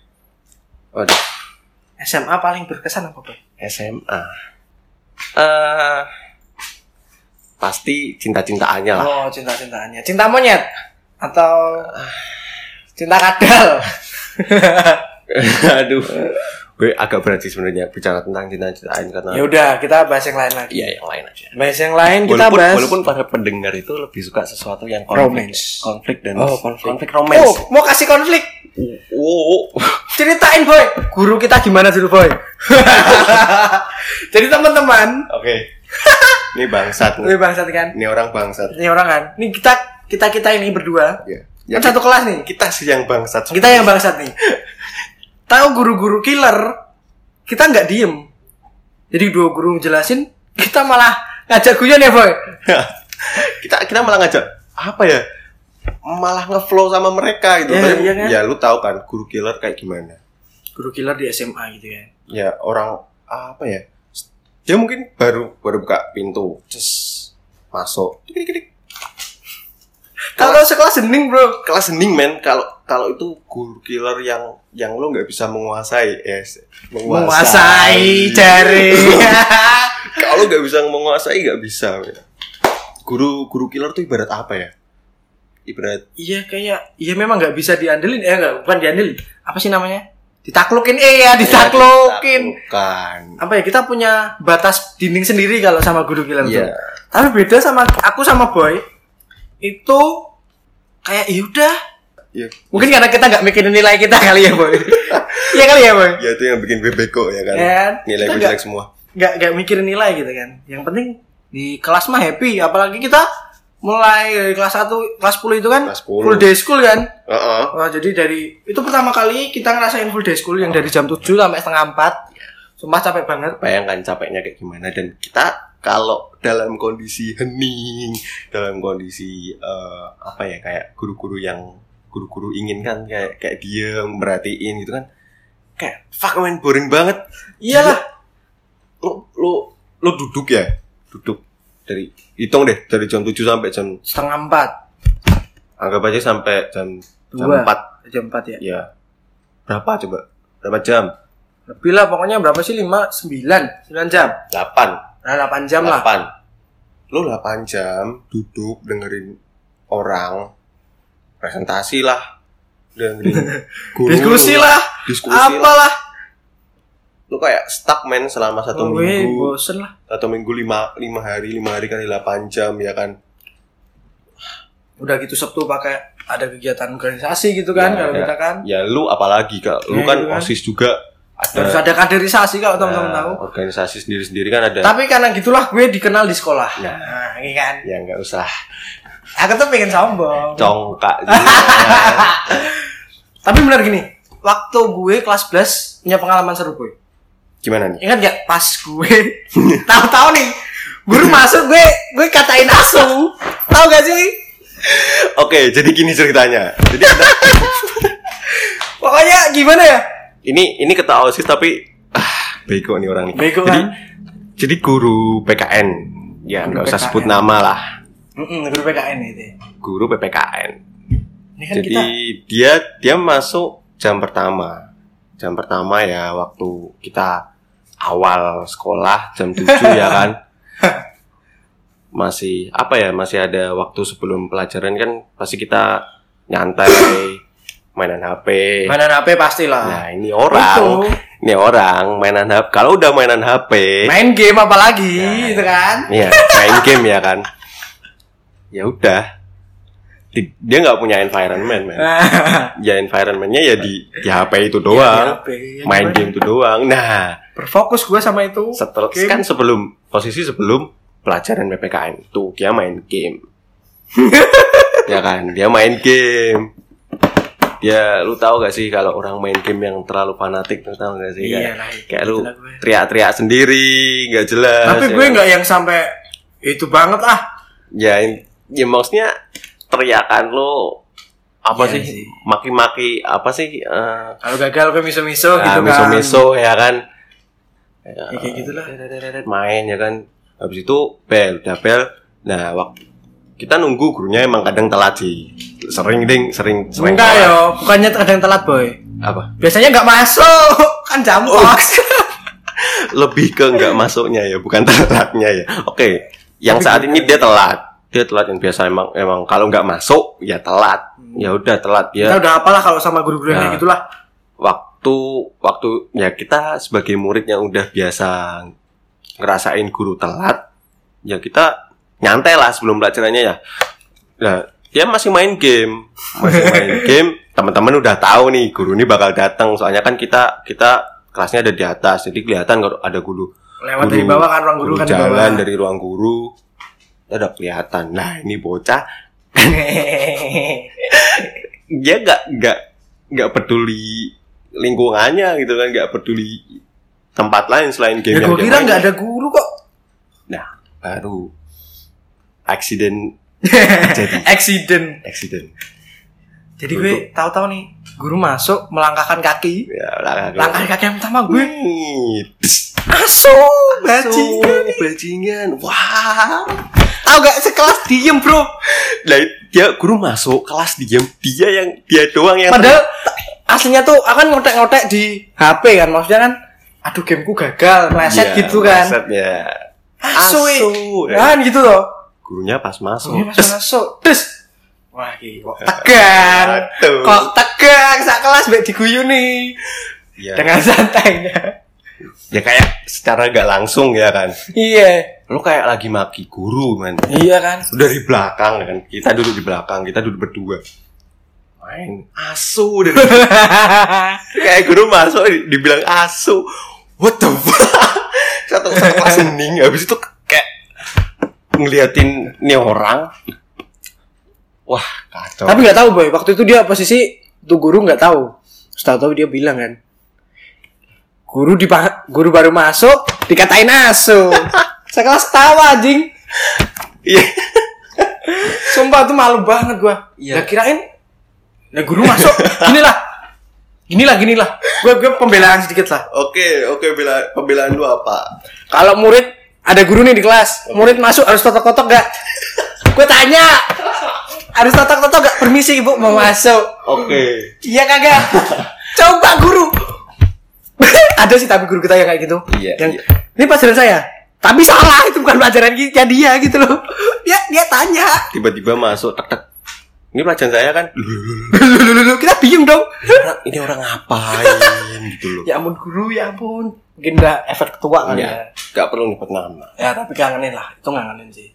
S1: Waduh,
S2: SMA paling berkesan apa, Boy?
S1: SMA Ah. Eh, pasti cinta-cintaannya
S2: [LAUGHS]
S1: lah
S2: Oh, cinta-cintaannya. Cinta monyet atau cinta
S1: [LAUGHS]
S2: kadal.
S1: aduh gue agak berat sih sebenarnya bicara tentang cinta-cintaan karena
S2: ya udah, kita bahas yang lain lagi.
S1: ya yang lain aja
S2: Bahas yang lain kita
S1: walaupun,
S2: bahas. Oh,
S1: walaupun para pendengar itu lebih suka sesuatu yang konflik,
S2: Romance.
S1: konflik dan
S2: Oh, konflik.
S1: romance.
S2: Oh, mau kasih konflik.
S1: Oh, oh.
S2: Ceritain, Boy. Guru kita gimana dulu,
S1: [LAUGHS]
S2: Boy? Jadi teman-teman,
S1: Oke.
S2: [LAUGHS]
S1: Ini bangsat
S2: lebih
S1: nih.
S2: bangsat kan?
S1: Ini orang bangsat.
S2: Ini orang kan. Ini kita kita kita ini berdua.
S1: Ya.
S2: Kan satu kelas nih.
S1: kita sih yang bangsat.
S2: Kita yang bangsat nih. Tahu guru-guru killer, kita nggak diem. Jadi dua guru jelasin, kita malah ngajak guyon ya, Boy.
S1: [LAUGHS] kita kita malah ngajak apa ya? Malah ngeflow sama mereka gitu.
S2: Ya,
S1: Tapi-
S2: iya kan?
S1: ya lu tahu kan guru killer kayak gimana?
S2: Guru killer di SMA gitu kan.
S1: Ya orang apa ya? Dia mungkin baru baru buka pintu, just masuk. Klik-klik.
S2: Kalau sekelas hening, Bro.
S1: Kelas hening men kalau kalau itu guru killer yang yang lo nggak bisa menguasai, yes,
S2: Menguasai jari.
S1: kalau nggak bisa menguasai nggak bisa ya. guru guru killer tuh ibarat apa ya ibarat
S2: Iya kayak iya memang nggak bisa diandelin eh nggak bukan diandelin apa sih namanya ditaklukin eh ya ditaklukin
S1: bukan
S2: apa ya kita punya batas dinding sendiri kalau sama guru killer tuh.
S1: Iya.
S2: tapi beda sama aku sama boy itu kayak ya udah
S1: ya,
S2: mungkin karena kita nggak mikirin nilai kita kali ya boy [LAUGHS] Iya kali ya boy
S1: ya itu yang bikin gue beko ya kan
S2: Kan?
S1: nilai
S2: Kita
S1: gue
S2: nggak-
S1: jelek semua
S2: nggak nggak mikirin nilai gitu kan yang penting di kelas mah happy apalagi kita mulai dari kelas 1 kelas 10 itu kan
S1: Kelas 10.
S2: full day school kan
S1: Heeh.
S2: Wah, jadi dari itu pertama kali kita ngerasain full day school yang dari jam 7 sampai setengah 4. Sumpah capek banget.
S1: bayangkan capeknya kayak gimana dan kita kalau dalam kondisi hening dalam kondisi eh, apa ya kayak guru-guru yang guru-guru inginkan kayak kayak diem merhatiin gitu kan kayak fuck man boring banget
S2: Iyalah,
S1: lo Oh, lo lo duduk ya duduk dari hitung deh dari jam 7 sampai jam
S2: setengah 4.
S1: anggap aja sampai jam jam
S2: Dua.
S1: 4
S2: Jam 4 ya.
S1: ya berapa coba berapa jam
S2: Lebih lah pokoknya berapa sih? 5 9, 9 jam.
S1: 8
S2: Nah, 8 jam lah.
S1: 8 lo 8 jam duduk dengerin orang presentasi lah
S2: [LAUGHS]
S1: dengerin guru
S2: Diskusi lah,
S1: diskusi lah
S2: apalah.
S1: lo kayak stuck men selama satu
S2: Weh,
S1: minggu
S2: bosen lah.
S1: satu minggu lima lima hari lima hari kali 8 jam ya kan
S2: Udah gitu Sabtu pakai ada kegiatan organisasi gitu kan
S1: Ya,
S2: kalau
S1: ada.
S2: kita kan.
S1: ya lu apalagi kak lu
S2: Ya,
S1: kan
S2: gitu kan.
S1: osis juga
S2: Harus
S1: ada
S2: ada kaderisasi kalau teman-teman
S1: nah,
S2: tahu.
S1: organisasi sendiri sendiri kan ada
S2: Tapi karena gitulah gue dikenal di sekolah.
S1: Ya.
S2: Nah, ini kan.
S1: ya nggak usah
S2: Aku tuh pengen sombong.
S1: congkak
S2: [LAUGHS] Tapi benar gini, waktu gue kelas 11 punya pengalaman seru gue.
S1: gimana nih
S2: Ingat gak pas gue
S1: [LAUGHS]
S2: tahu-tahu nih guru masuk gue gue katain asu. Tahu gak sih?
S1: oke jadi gini ceritanya jadi kita-
S2: Pokoknya gimana ya?
S1: ini ini ketawa sih tapi ah, bego nih orang nih
S2: Bego
S1: jadi
S2: kan?
S1: jadi guru PKN
S2: Guru
S1: ya nggak usah
S2: PKN.
S1: sebut nama lah
S2: Mm-mm, guru PKN itu. ya.
S1: guru PPKN
S2: Ini kan
S1: jadi
S2: kita
S1: dia dia masuk jam pertama jam pertama ya waktu kita awal sekolah jam 7 ya
S2: [LAUGHS]
S1: kan masih apa ya masih ada waktu sebelum pelajaran kan pasti kita nyantai mainan HP
S2: mainan HP pastilah.
S1: nah ini orang
S2: Itu.
S1: ini orang mainan HP kalau udah mainan HP
S2: Main game apalagi
S1: Nah.
S2: gitu kan?
S1: Iya, main game ya kan. Ya udah. Di- Dia nggak punya environment, man. Ya environmentnya ya di, di HP
S2: Iya,
S1: itu doang.
S2: HP, cuman
S1: main game itu doang. Nah,
S2: Berfokus gue sama itu.
S1: setelah
S2: Game.
S1: kan sebelum posisi sebelum pelajaran PPKN tuh dia main
S2: [LAUGHS]
S1: game. ya kan, dia main game. Ya, lu tahu gak sih kalau orang main game yang terlalu fanatik, lu tahu gak sih? Kayak-
S2: Iya, lah.
S1: kayak lu
S2: gitulah gue.
S1: teriak-teriak sendiri, nggak jelas.
S2: Tapi
S1: ya
S2: gue
S1: kan?
S2: nggak yang sampai Itu banget ah.
S1: ya, in- ya maksudnya teriakan lo apa
S2: Iya
S1: sih
S2: sih.
S1: maki-maki apa sih eh,
S2: Kalau gagal ke miso-miso
S1: ah,
S2: gitu kan.
S1: miso-miso ya kan
S2: Ya, kayak gitulah.
S1: main ya kan habis itu bel udah bel nah waktu kita nunggu gurunya emang kadang telat sih sering ding sering sering
S2: Enggak ya.
S1: telat.
S2: yo, bukannya kadang telat boy.
S1: apa
S2: Biasanya nggak masuk, [LAUGHS] kan jam
S1: Oh,
S2: kos.
S1: lebih ke nggak
S2: [LAUGHS]
S1: masuknya ya bukan [LAUGHS] telatnya ya oke yang saat ini
S2: ya?
S1: dia telat dia telat yang biasa emang emang kalau nggak masuk ya telat ya udah telat ya
S2: Hmm. [LAUGHS] Kita udah apalah kalau sama guru-guru yang kayak
S1: Nah.
S2: gitulah.
S1: waktu waktu ya kita sebagai murid yang udah biasa ngerasain guru telat ya kita nyantai lah sebelum pelajarannya ya nah, dia masih main game
S2: [LAUGHS]
S1: masih main game teman-teman udah tahu nih guru ini bakal datang soalnya kan kita kita kelasnya ada di atas jadi kelihatan kalau ada guru
S2: Lewat dari bawah kan ruang guru, kan di
S1: jalan
S2: bawah.
S1: dari ruang guru udah kelihatan nah ini bocah
S2: [LAUGHS]
S1: dia nggak nggak nggak peduli lingkungannya gitu kan nggak peduli tempat lain selain game
S2: ya
S1: yang
S2: gue
S1: dia
S2: kira
S1: main.
S2: nggak ada guru kok.
S1: nah baru aksiden jadi [LAUGHS]
S2: Accident.
S1: aksiden
S2: Jadi gue tahu-tahu nih, guru masuk melangkahkan kaki.
S1: ya Hmm. lah
S2: Langkah kaki yang pertama gue
S1: Wih, tss,
S2: masuk.
S1: so,
S2: Bajingan.
S1: bajingan wah
S2: Tahu gak sekelas diem bro.
S1: Nah, dia guru masuk kelas diam dia yang dia doang yang
S2: Padahal t- aslinya tuh akan ngotek-ngotek di HP kan maksudnya kan aduh gameku gagal meleset
S1: Iya,
S2: gitu kan
S1: meleset, ya.
S2: asu eh.
S1: Asu, ya.
S2: kan gitu loh
S1: gurunya pas masuk
S2: Ini masuk masuk terus wah gini
S1: [LAUGHS]
S2: kok tegang
S1: Aduh.
S2: kok tegang sak kelas baik diguyuni
S1: ya,
S2: dengan santainya [LAUGHS]
S1: ya kayak secara gak langsung ya kan
S2: iya
S1: lu kayak lagi maki guru man
S2: iya kan
S1: Lu dari belakang kan kita duduk di belakang kita duduk berdua main asu dari- kayak guru masuk di- dibilang asu what the fuck satu satu kelas hening habis itu kayak ngeliatin nih orang wah kacau
S2: tapi nggak tahu boy waktu itu dia posisi tuh guru nggak tahu Terus tahu-tahu dia bilang kan guru di guru baru masuk dikatain asu sekelas tawa anjing
S1: Iya.
S2: Sumpah tuh malu banget gua. Lah kirain Nah guru masuk. Inilah. Inilah ginilah. Gua gua pembelaan sedikit lah.
S3: Oke, oke bela pembelaan lu apa?
S2: Kalau murid ada guru nih di kelas, murid masuk harus totok-totok gak? Gue tanya, harus totok-totok gak? Permisi ibu mau masuk.
S1: oke
S2: Iya [LAUGHS] kagak. Coba guru. [LAUGHS] ada sih tapi guru kita yang kayak gitu.
S1: Iya,
S2: Yang,
S1: iya.
S2: Ini pelajaran saya. Tapi salah itu bukan pelajaran kita dia gitu loh. [LAUGHS] Dia dia tanya.
S1: tiba-tiba masuk tek tek ini pelajaran saya kan
S2: [LAUGHS] Lu, lu, lu, lu, kita bingung dong.
S1: orang ini orang ngapain gitu loh
S2: Ya ampun guru, ya ampun. Mungkin udah efek ketua kali ya.
S1: ya nggak perlu nyebut nama
S2: Ya tapi kangenin lah, itu kangenin sih.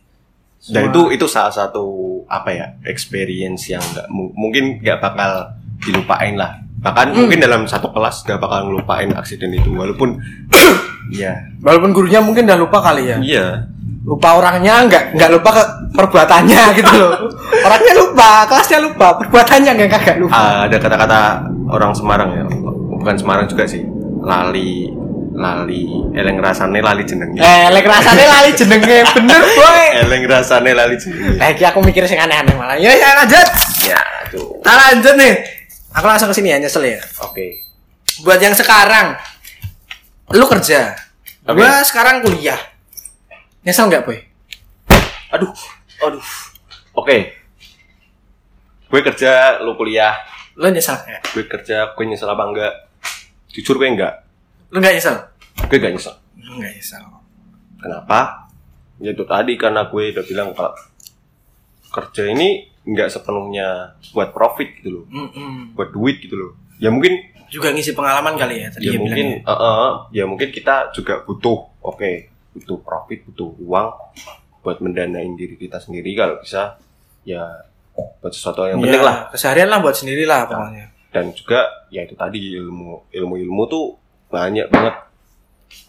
S1: dan itu itu salah satu apa ya experience yang nggak mu- mungkin nggak bakal dilupain lah bahkan mungkin dalam satu kelas nggak bakal ngelupain aksiden itu walaupun [COUGHS] ya
S2: Walaupun gurunya mungkin udah lupa kali ya.
S1: iya
S2: Lupa orangnya nggak nggak lupa ke perbuatannya [LAUGHS] gitu loh. Orangnya lupa, kelasnya lupa, perbuatannya nggak kagak lupa.
S1: Ah, ada kata-kata orang Semarang ya bukan Semarang juga sih lali lali eleng rasane lali jenenge
S2: Eh, lek rasanya lali jenenge bener boy.
S1: eleng rasane lali jenenge
S2: Lagi aku mikir sing aneh-aneh malah. Ya, ya lanjut.
S1: ya tuh
S2: Kita lanjut nih. Aku langsung ke sini ya, nyesel ya.
S1: oke
S2: Buat yang sekarang, lu kerja.
S1: Oke.
S2: Gua sekarang kuliah. Nyesel nggak boy?
S1: aduh aduh oke gue kerja lu kuliah
S2: Lu nyesel nggak?
S1: gue kerja gue nyesel apa enggak jujur gue enggak
S2: Lu gak nyesel?
S1: gue enggak nyesel
S2: Gak nyesel
S1: kenapa ya itu tadi karena gue udah bilang kalau kerja ini enggak sepenuhnya buat profit gitu loh buat duit gitu loh ya mungkin
S2: Juga ngisi pengalaman kali ya tadi
S1: ya
S2: dia
S1: mungkin
S2: bilang
S1: eh, eh, ya mungkin kita juga butuh oke butuh profit butuh uang buat mendanain diri kita sendiri kalau bisa ya buat sesuatu yang
S2: Ya,
S1: penting lah Iya.
S2: Keseharian lah buat sendiri lah pokoknya
S1: dan juga ya itu tadi ilmu ilmu ilmu tuh banyak banget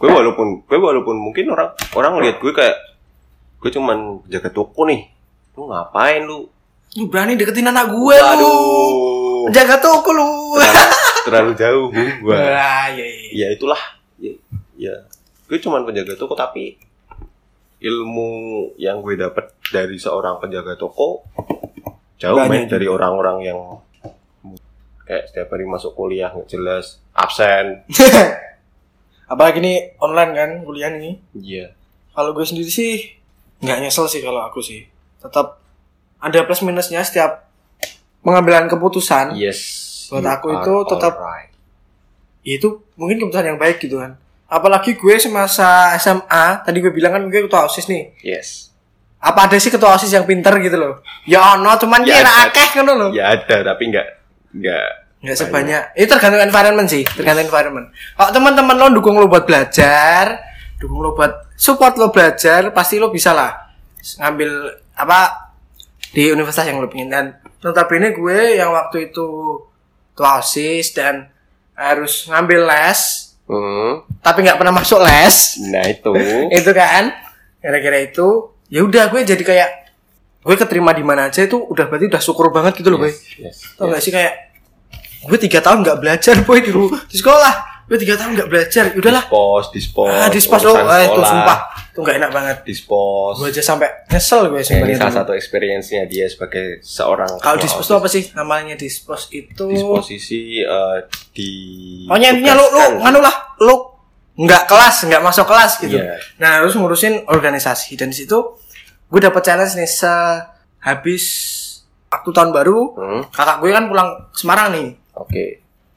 S1: gue walaupun gue walaupun mungkin orang orang lihat gue kayak gue cuman jaga toko nih lu ngapain lu
S2: Lu berani deketin anak gue lu
S1: Waduh,
S2: Jaga toko lu
S1: terlalu, terlalu jauh
S2: [LAUGHS]
S1: gue
S2: Wah iya iya
S1: ya itulah ya, ya. gue cuman penjaga toko tapi ilmu yang gue dapat dari seorang penjaga toko jauh
S4: Banyak
S1: banget dari orang-orang yang kayak setiap hari masuk kuliah nggak jelas absen
S2: [LAUGHS] Apalagi ini online kan kuliah ini.
S1: iya
S2: Kalau gue sendiri sih nggak nyesel sih kalau aku sih. Tetap ada plus minusnya setiap pengambilan keputusan.
S1: yes
S2: Buat
S1: you
S2: aku
S1: are
S2: itu tetap-
S1: alright.
S2: Itu mungkin keputusan yang baik gitu kan. Apalagi gue semasa SMA, tadi gue bilang kan gue ketua OSIS nih.
S1: yes
S2: Apa ada sih ketua OSIS yang pinter gitu loh? Ya ono, cuman
S1: Ya,
S2: kira
S1: ada.
S2: akeh ngono loh.
S1: ya ada tapi nggak nggak
S2: Nggak sebanyak. Itu tergantung environment sih, tergantung environment. Kalau teman-teman lo dukung lo buat belajar, dukung lo buat support lo belajar, pasti lo bisa lah ngambil apa di universitas yang lo pengen. Dan notabene gue yang waktu itu ketua OSIS dan harus ngambil les,
S1: Hmm,
S2: tapi nggak pernah masuk les
S1: nah
S2: [LAUGHS]
S1: itu
S2: itu kan gara-gara itu ya udah gue jadi kayak gue keterima di mana aja itu udah berarti udah syukur banget gitu loh gue
S1: yes
S2: tau gak sih kayak gue tiga tahun nggak belajar boy di, ru- di sekolah gue tiga tahun nggak belajar Ya udahlah
S1: dispos dispos
S2: ah dispas lo
S1: Oh, urusan
S2: ah, itu
S1: sekolah,
S2: sumpah itu nggak enak banget
S1: dispos
S2: gue aja sampai nyesel gue
S1: Ya, ini
S2: sebenarnya
S1: salah
S2: dulu.
S1: satu experience-nya dia sebagai seorang
S2: kalau
S1: ketua
S2: dispos
S1: OSIS.
S2: tuh apa sih namanya dispos itu Oh,
S1: disposisi eh, di
S2: pokoknya intinya lo lo nganu lah lo nggak kelas nggak masuk kelas gitu
S1: Iya.
S2: nah harus ngurusin organisasi dan di situ gue dapet challenge nih sehabis waktu tahun baru
S1: Hmm,
S2: kakak gue kan pulang ke Semarang nih
S1: oke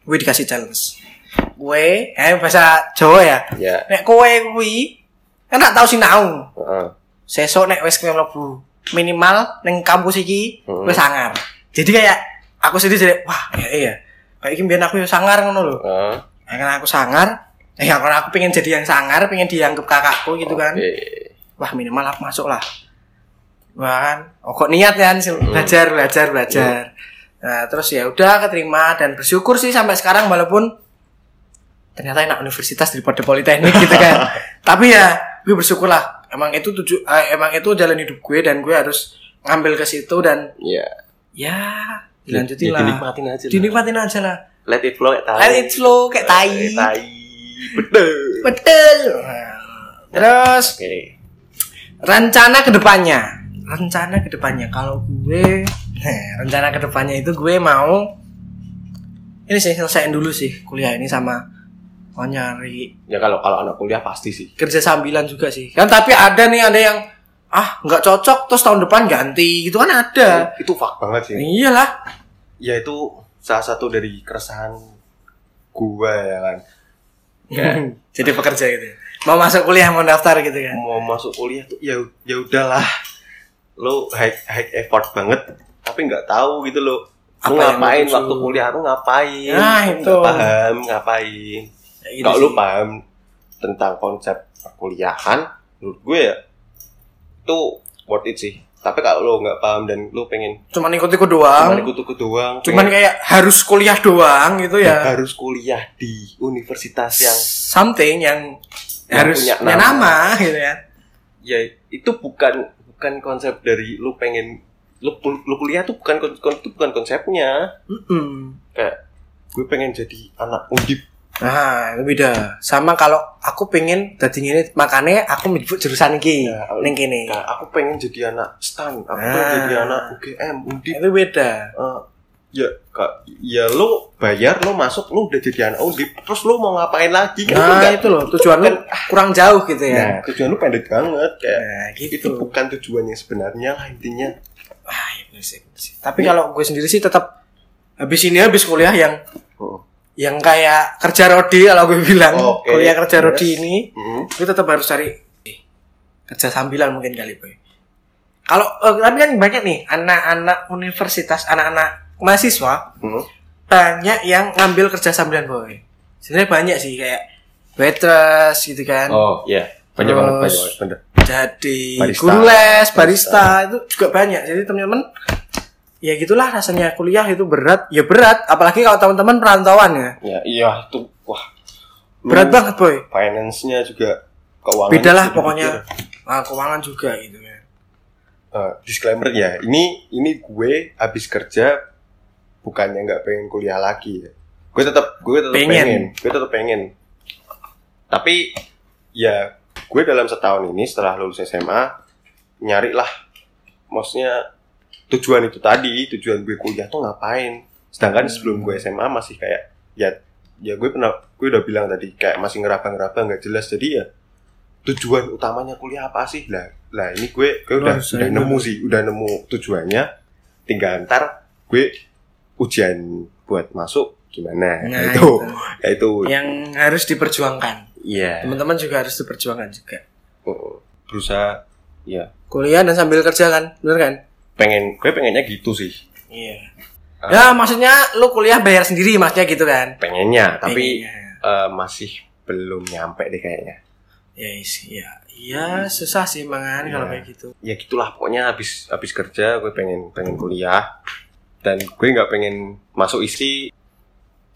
S2: gue dikasih challenge gue eh bahasa Jawa ya
S1: ya
S2: nek kowe kuwi kan gak tau sinau
S1: heeh.
S2: sesuk nek wis kowe mlebu minimal ning kampus iki
S1: Hmm.
S2: wis sangar jadi kayak aku sendiri jadi wah ya iya kayak gini biar aku yo sangar ngono loh
S1: Heeh.
S2: Ya, karena aku sangar eh ya, karena aku pengen jadi yang sangar pengen dianggap kakakku gitu kan
S1: Oke.
S2: wah minimal aku masuk lah wah kan oh, kok niat kan sih, belajar belajar belajar nah terus ya udah keterima dan bersyukur sih sampai sekarang walaupun ternyata enak universitas daripada politeknik gitu
S1: [LAUGHS]
S2: kan tapi ya gue bersyukur lah emang itu tuju eh, emang itu jalan hidup gue dan gue harus ngambil ke situ dan
S1: ya
S2: ya dilanjutin
S1: Ya,
S2: lah
S1: dinikmatin aja lah.
S2: dinikmatin aja lah
S1: let it flow kayak tai
S2: let it flow kayak tai
S1: Kayak tai betul
S2: betul Nah, terus
S1: oke
S2: rencana kedepannya rencana kedepannya kalau gue heh, rencana kedepannya itu gue mau ini sih selesaiin dulu sih kuliah ini sama mau nyari
S1: ya kalau kalau anak kuliah pasti sih
S2: kerja sambilan juga sih kan tapi ada nih ada yang ah nggak cocok terus tahun depan ganti gitu kan ada
S1: itu fak banget sih
S2: iyalah
S1: ya itu salah satu dari keresahan gua ya kan
S2: [LAUGHS] jadi pekerja gitu mau masuk kuliah mau daftar gitu kan
S1: mau masuk kuliah tuh ya ya udahlah lo high high effort banget tapi nggak tahu gitu lo
S2: Apa
S1: Lo
S2: yang lo
S1: ngapain
S2: tuju?
S1: waktu kuliah lo ngapain
S2: Nah,
S1: Nggak
S2: itu.
S1: paham ngapain
S2: Ya, gitu
S1: kalau
S2: sih.
S1: lo paham tentang konsep perkuliahan menurut gue ya itu worth it sih tapi kalau lo nggak paham dan lo pengen
S2: cuman ikut-ikut
S1: cuma
S2: doang
S1: ikut-ikut doang
S2: cuman
S1: pengen
S2: kayak harus kuliah doang gitu ya
S1: [LAUGHS] harus kuliah di universitas yang
S2: something yang,
S1: Yang
S2: harus
S1: punya
S2: punya nama. gitu kan.
S1: ya itu bukan bukan konsep dari lu pengen lu, lu kuliah tuh bukan kon- kon- itu bukan konsepnya
S2: Mm-mm.
S1: kayak gue pengen jadi anak undip
S2: Nah, itu beda. Sama kalau aku pengen jadi ini makanya aku menyebut jurusan ini
S1: Ya,
S2: ning kene.
S1: Nah, aku pengen jadi anak stan aku pengen
S2: Ah.
S1: jadi anak UGM undip
S2: Itu beda.
S1: Eh, ya kak ya lu bayar lu masuk lu udah jadi anak undip terus lu mau ngapain lagi Kan lu
S2: Nah,
S1: nggak-
S2: itu loh tujuan lu
S1: bukan- Ah.
S2: kurang jauh gitu ya.
S1: nah tujuan lu pendek banget kayak
S2: Nah,
S1: itu
S2: gitu.
S1: bukan tujuan yang sebenarnya lah intinya
S2: Ah, iya bener sih, bener sih. Tapi kalau gue sendiri sih tetap habis ini habis kuliah yang
S1: Heeh.
S2: Oh. yang kayak kerja rodi kalau gue bilang
S1: Oke.
S2: kuliah kerja
S1: Yes.
S2: rodi ini
S1: Heeh.
S2: gue tetap harus cari eh, kerja sambilan mungkin kali boy kalau eh, tapi kan banyak nih anak-anak universitas anak-anak mahasiswa
S1: Heeh.
S2: banyak yang ngambil kerja sambilan boy sebenarnya banyak sih kayak waitress gitu kan
S1: oh iya banyak banget
S2: Terus-
S1: banyak banget bener.
S2: jadi
S1: Barista.
S2: guru les barista itu juga banyak jadi teman-teman ya gitulah rasanya kuliah itu berat ya berat apalagi kalau teman-teman perantauan ya
S1: ya iya itu wah
S2: berat
S1: Lu-
S2: banget boy
S1: finance-nya juga keuangan.
S2: beda lah
S1: juga
S2: pokoknya
S1: dipikir.
S2: Nah, keuangan juga gitu kan
S1: Eh, disclaimer ya, ini ini gue habis kerja bukannya nggak pengen kuliah lagi ya. Gue tetap gue tetap
S2: Pengen.
S1: pengen. gue tetap pengen. Tapi ya gue dalam setahun ini setelah lulus SMA nyari lah maksudnya tujuan itu tadi tujuan gue kuliah tuh ngapain sedangkan sebelum gue SMA masih kayak ya ya gue pernah gue udah bilang tadi kayak masih ngeraba-ngeraba nggak jelas jadi ya tujuan utamanya kuliah apa sih lah lah ini gue gue udah
S2: harus
S1: udah
S2: serius.
S1: nemu sih udah nemu tujuannya tinggal ntar gue ujian buat masuk
S2: Nah,
S1: gimana Ya itu ya itu
S2: yang harus diperjuangkan.
S1: iya
S2: Teman-teman juga harus diperjuangkan juga.
S1: Oh, berusaha ya
S2: Kuliah dan sambil kerja kan, bener kan?
S1: pengen gue pengennya gitu sih
S2: Iya. Ya maksudnya lu kuliah bayar sendiri maksudnya gitu kan?
S1: pengennya tapi
S2: Iya.
S1: eh, masih belum nyampe deh kayaknya
S2: ya is- ya iya susah sih mangan kalau kayak
S1: Iya.
S2: gitu
S1: ya gitulah pokoknya habis habis kerja gue pengen pengen kuliah dan gue nggak pengen masuk isi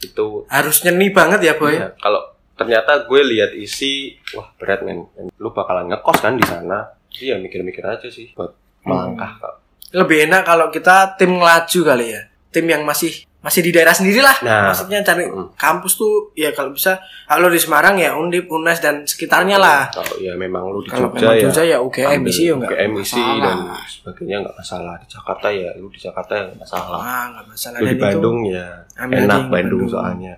S1: itu
S2: harus nyeni banget ya boy
S1: Iya, kalau ternyata gue lihat isi wah berat men lu bakalan ngekos kan di sana jadi ya mikir-mikir aja sih buat melangkah
S2: Hmm.
S1: Kak.
S2: lebih enak kalau kita tim ngelaju kali ya tim yang masih masih di daerah sendiri lah
S1: Nah.
S2: maksudnya cari
S1: Mm.
S2: kampus tuh ya kalau bisa kalau di Semarang ya Undip Unes dan sekitarnya lah
S1: kalau ya memang lu di
S2: kalau
S1: Jogja
S2: memang
S1: ya
S2: Jogja ya UGM
S1: ambil
S2: isi ya nggak
S1: UGM isi dan
S2: masalah.
S1: sebagainya nggak masalah di Jakarta ya lu di Jakarta ya nggak masalah
S2: ah nggak masalah
S1: lu
S2: dan
S1: di
S2: itu-
S1: Bandung ya
S2: Ambil aja
S1: enak
S2: yang
S1: Bandung,
S2: Bandung.
S1: soalnya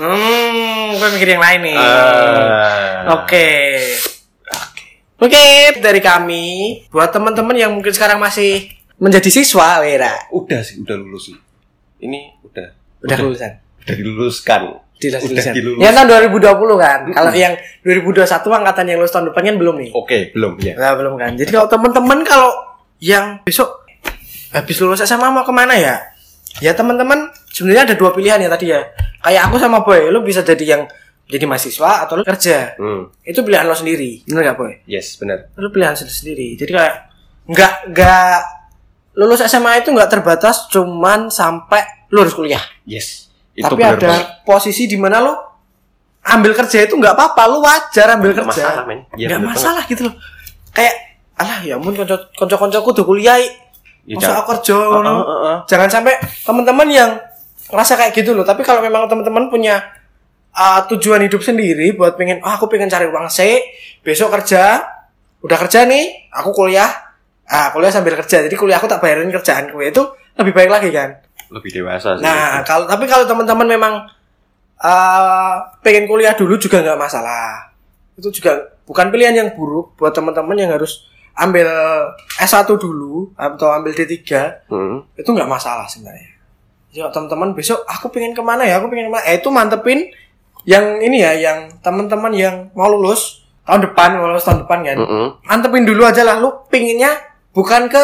S2: hmm gue mikir yang lain nih
S1: Ah.
S2: Oke. Oke, dari kami buat teman-teman yang mungkin sekarang masih menjadi siswa, Wera.
S1: udah sih udah lulus sih ini udah
S2: Udah kelulusan.
S1: udah diluluskan
S2: Tidak
S1: udah
S2: kelulusan.
S1: dilulus
S2: Ya kan 2020 kan. Kalau yang 2021 angkatan yang lulus tahun depan kan belum nih.
S1: oke belum ya
S2: Nah, belum kan. Jadi kalau teman-teman kalau yang besok habis lulus SMA mau kemana ya? Ya teman-teman sebenarnya ada dua pilihan ya tadi ya. Kayak aku sama Boy, lu bisa jadi yang jadi mahasiswa atau lu kerja.
S1: hmm.
S2: Itu pilihan lo sendiri. Bener gak Boy?
S1: yes benar
S2: lu pilihan sendiri sendiri jadi kayak nggak nggak lulus SMA itu nggak terbatas cuman sampai lu harus kuliah
S1: yes
S2: tapi
S1: benar
S2: ada
S1: banget.
S2: posisi di mana lu ambil kerja itu nggak apa-apa lu wajar ambil
S1: Nggak
S2: kerja
S1: masalah, men. Iya,
S2: nggak
S1: bener
S2: masalah gitu loh kayak alah ya ampun konco konco koncoku udah kuliah I.
S1: Ya,
S2: masa
S1: jangan-
S2: aku kerja no?
S1: eh, eh, eh.
S2: jangan sampai teman-teman yang ngerasa kayak gitu loh tapi kalau memang teman-teman punya uh, tujuan hidup sendiri buat pengen ah aku pengen cari uang sih besok kerja udah kerja nih aku kuliah ah kuliah sambil kerja jadi kuliah aku tak bayarin kerjaanku itu lebih baik lagi kan
S1: lebih dewasa sih
S2: Nah, kalau tapi kalau teman-teman memang eh, pengen kuliah dulu juga nggak masalah. Itu juga bukan pilihan yang buruk buat teman-teman yang harus ambil S1 dulu atau ambil D3
S1: Hmm.
S2: itu nggak masalah sebenarnya. Jadi kalau teman-teman besok aku pengen kemana ya? Aku pengen kemana? Eh, itu mantepin yang ini ya, yang teman-teman yang mau lulus tahun depan, mau lulus tahun depan kan.
S1: Mm-mm.
S2: Mantepin dulu aja lah, lu pinginnya bukan ke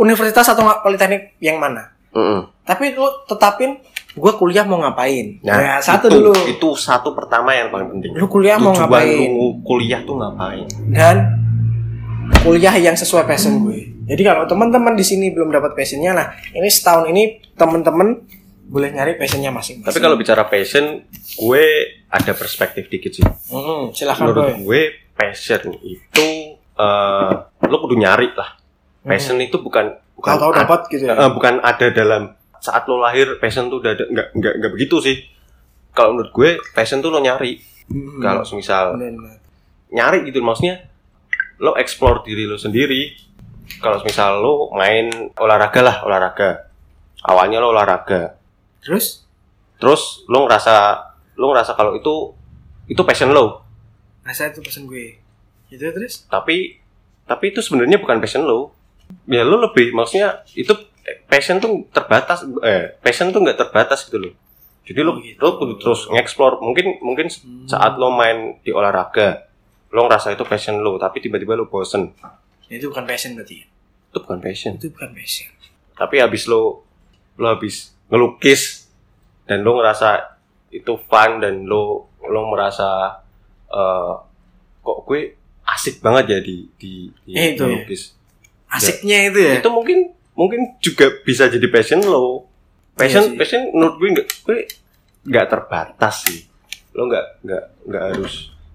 S2: universitas atau nggak politeknik yang mana
S1: Mm-mm.
S2: tapi lu tetapin gue kuliah mau ngapain nah, satu
S1: itu,
S2: dulu
S1: itu satu pertama yang paling penting
S2: Lu kuliah mau
S1: Tujuan
S2: ngapain?
S1: lu kuliah tuh ngapain
S2: dan kuliah yang sesuai passion gue jadi kalau teman-teman di sini belum dapat passionnya nah ini setahun ini teman-teman boleh nyari passionnya masing-masing
S1: tapi kalau bicara passion gue ada perspektif dikit sih
S2: Mm, silahkan
S1: menurut
S2: boy
S1: gue passion itu eh lo kudu nyari lah passion itu bukan bukan
S2: kalau tahu
S1: ad-
S2: Hmm. dapat gitu ya
S1: eh, bukan ada dalam saat lo lahir passion tuh udah ada nggak nggak nggak begitu sih kalau menurut gue passion tuh lo nyari
S2: Mm,
S1: kalau semisal
S2: bener-bener.
S1: nyari gitu maksudnya lo explore diri lo sendiri kalau misal lo main olahraga lah olahraga awalnya lo olahraga
S2: terus
S1: terus lo ngerasa lo ngerasa kalau itu itu passion lo
S2: rasa itu passion gue gitu terus
S1: tapi tapi itu sebenarnya bukan passion lo ya lo lebih maksudnya itu passion tuh terbatas eh passion tuh nggak terbatas gitu loh jadi lo
S2: Oh, gitu.
S1: lo kudu terus nge-explore mungkin mungkin saat lo main di olahraga lo ngerasa itu passion lo tapi tiba-tiba lo bosen
S2: itu bukan passion berarti ya?
S1: itu bukan passion
S2: itu bukan passion
S1: tapi habis lo lo habis ngelukis dan lo ngerasa itu fun dan lo lo merasa eh, kok gue asik banget ya di di, di
S2: Eh, itu ya.
S1: ngelukis
S2: asiknya itu ya
S1: itu mungkin mungkin juga bisa jadi passion lo passion
S2: Iya sih.
S1: passion menurut gue nggak gue nggak terbatas sih lo nggak nggak nggak harus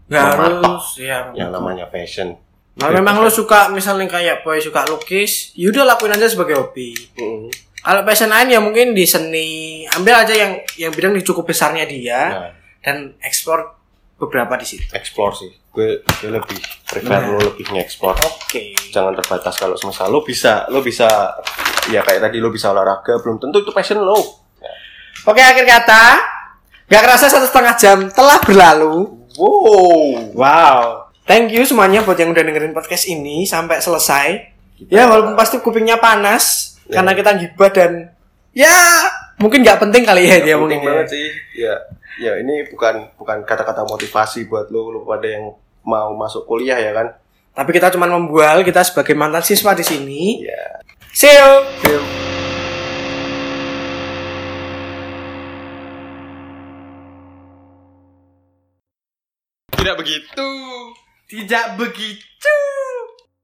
S2: nggak
S1: mematok
S2: harus ya
S1: yang namanya passion Ya.
S2: kalau Nah, memang lo suka misalnya kayak boy suka lukis yaudah lakuin aja sebagai hobi
S1: Mm.
S2: Kalau passion lain ya mungkin
S1: Ya.
S2: di seni, ambil aja yang yang bidang di cukup besarnya dia
S1: Nah,
S2: dan ekspor beberapa di situ.
S1: explore sih gue gue lebih prefer
S2: Iya.
S1: lo lebih nge-explore
S2: Oke.
S1: jangan terbatas kalau semisal lo bisa lo bisa ya kayak tadi lo bisa olahraga belum tentu itu passion lo
S2: Oke, akhir kata, nggak kerasa satu setengah jam telah berlalu.
S1: wow
S2: Wow. Thank you semuanya buat yang udah dengerin podcast ini sampai selesai. Ya walaupun pasti kupingnya panas
S1: Ya.
S2: karena kita gibah dan ya mungkin nggak penting kali ya dia mungkin.
S1: penting
S2: ya.
S1: banget sih ya ya ini bukan bukan kata-kata motivasi buat lo lo pada yang mau masuk kuliah ya kan
S2: Tapi kita cuma membual kita sebagai mantan siswa di sini.
S1: ya
S2: See you.
S5: Tidak begitu.
S2: Tidak begitu.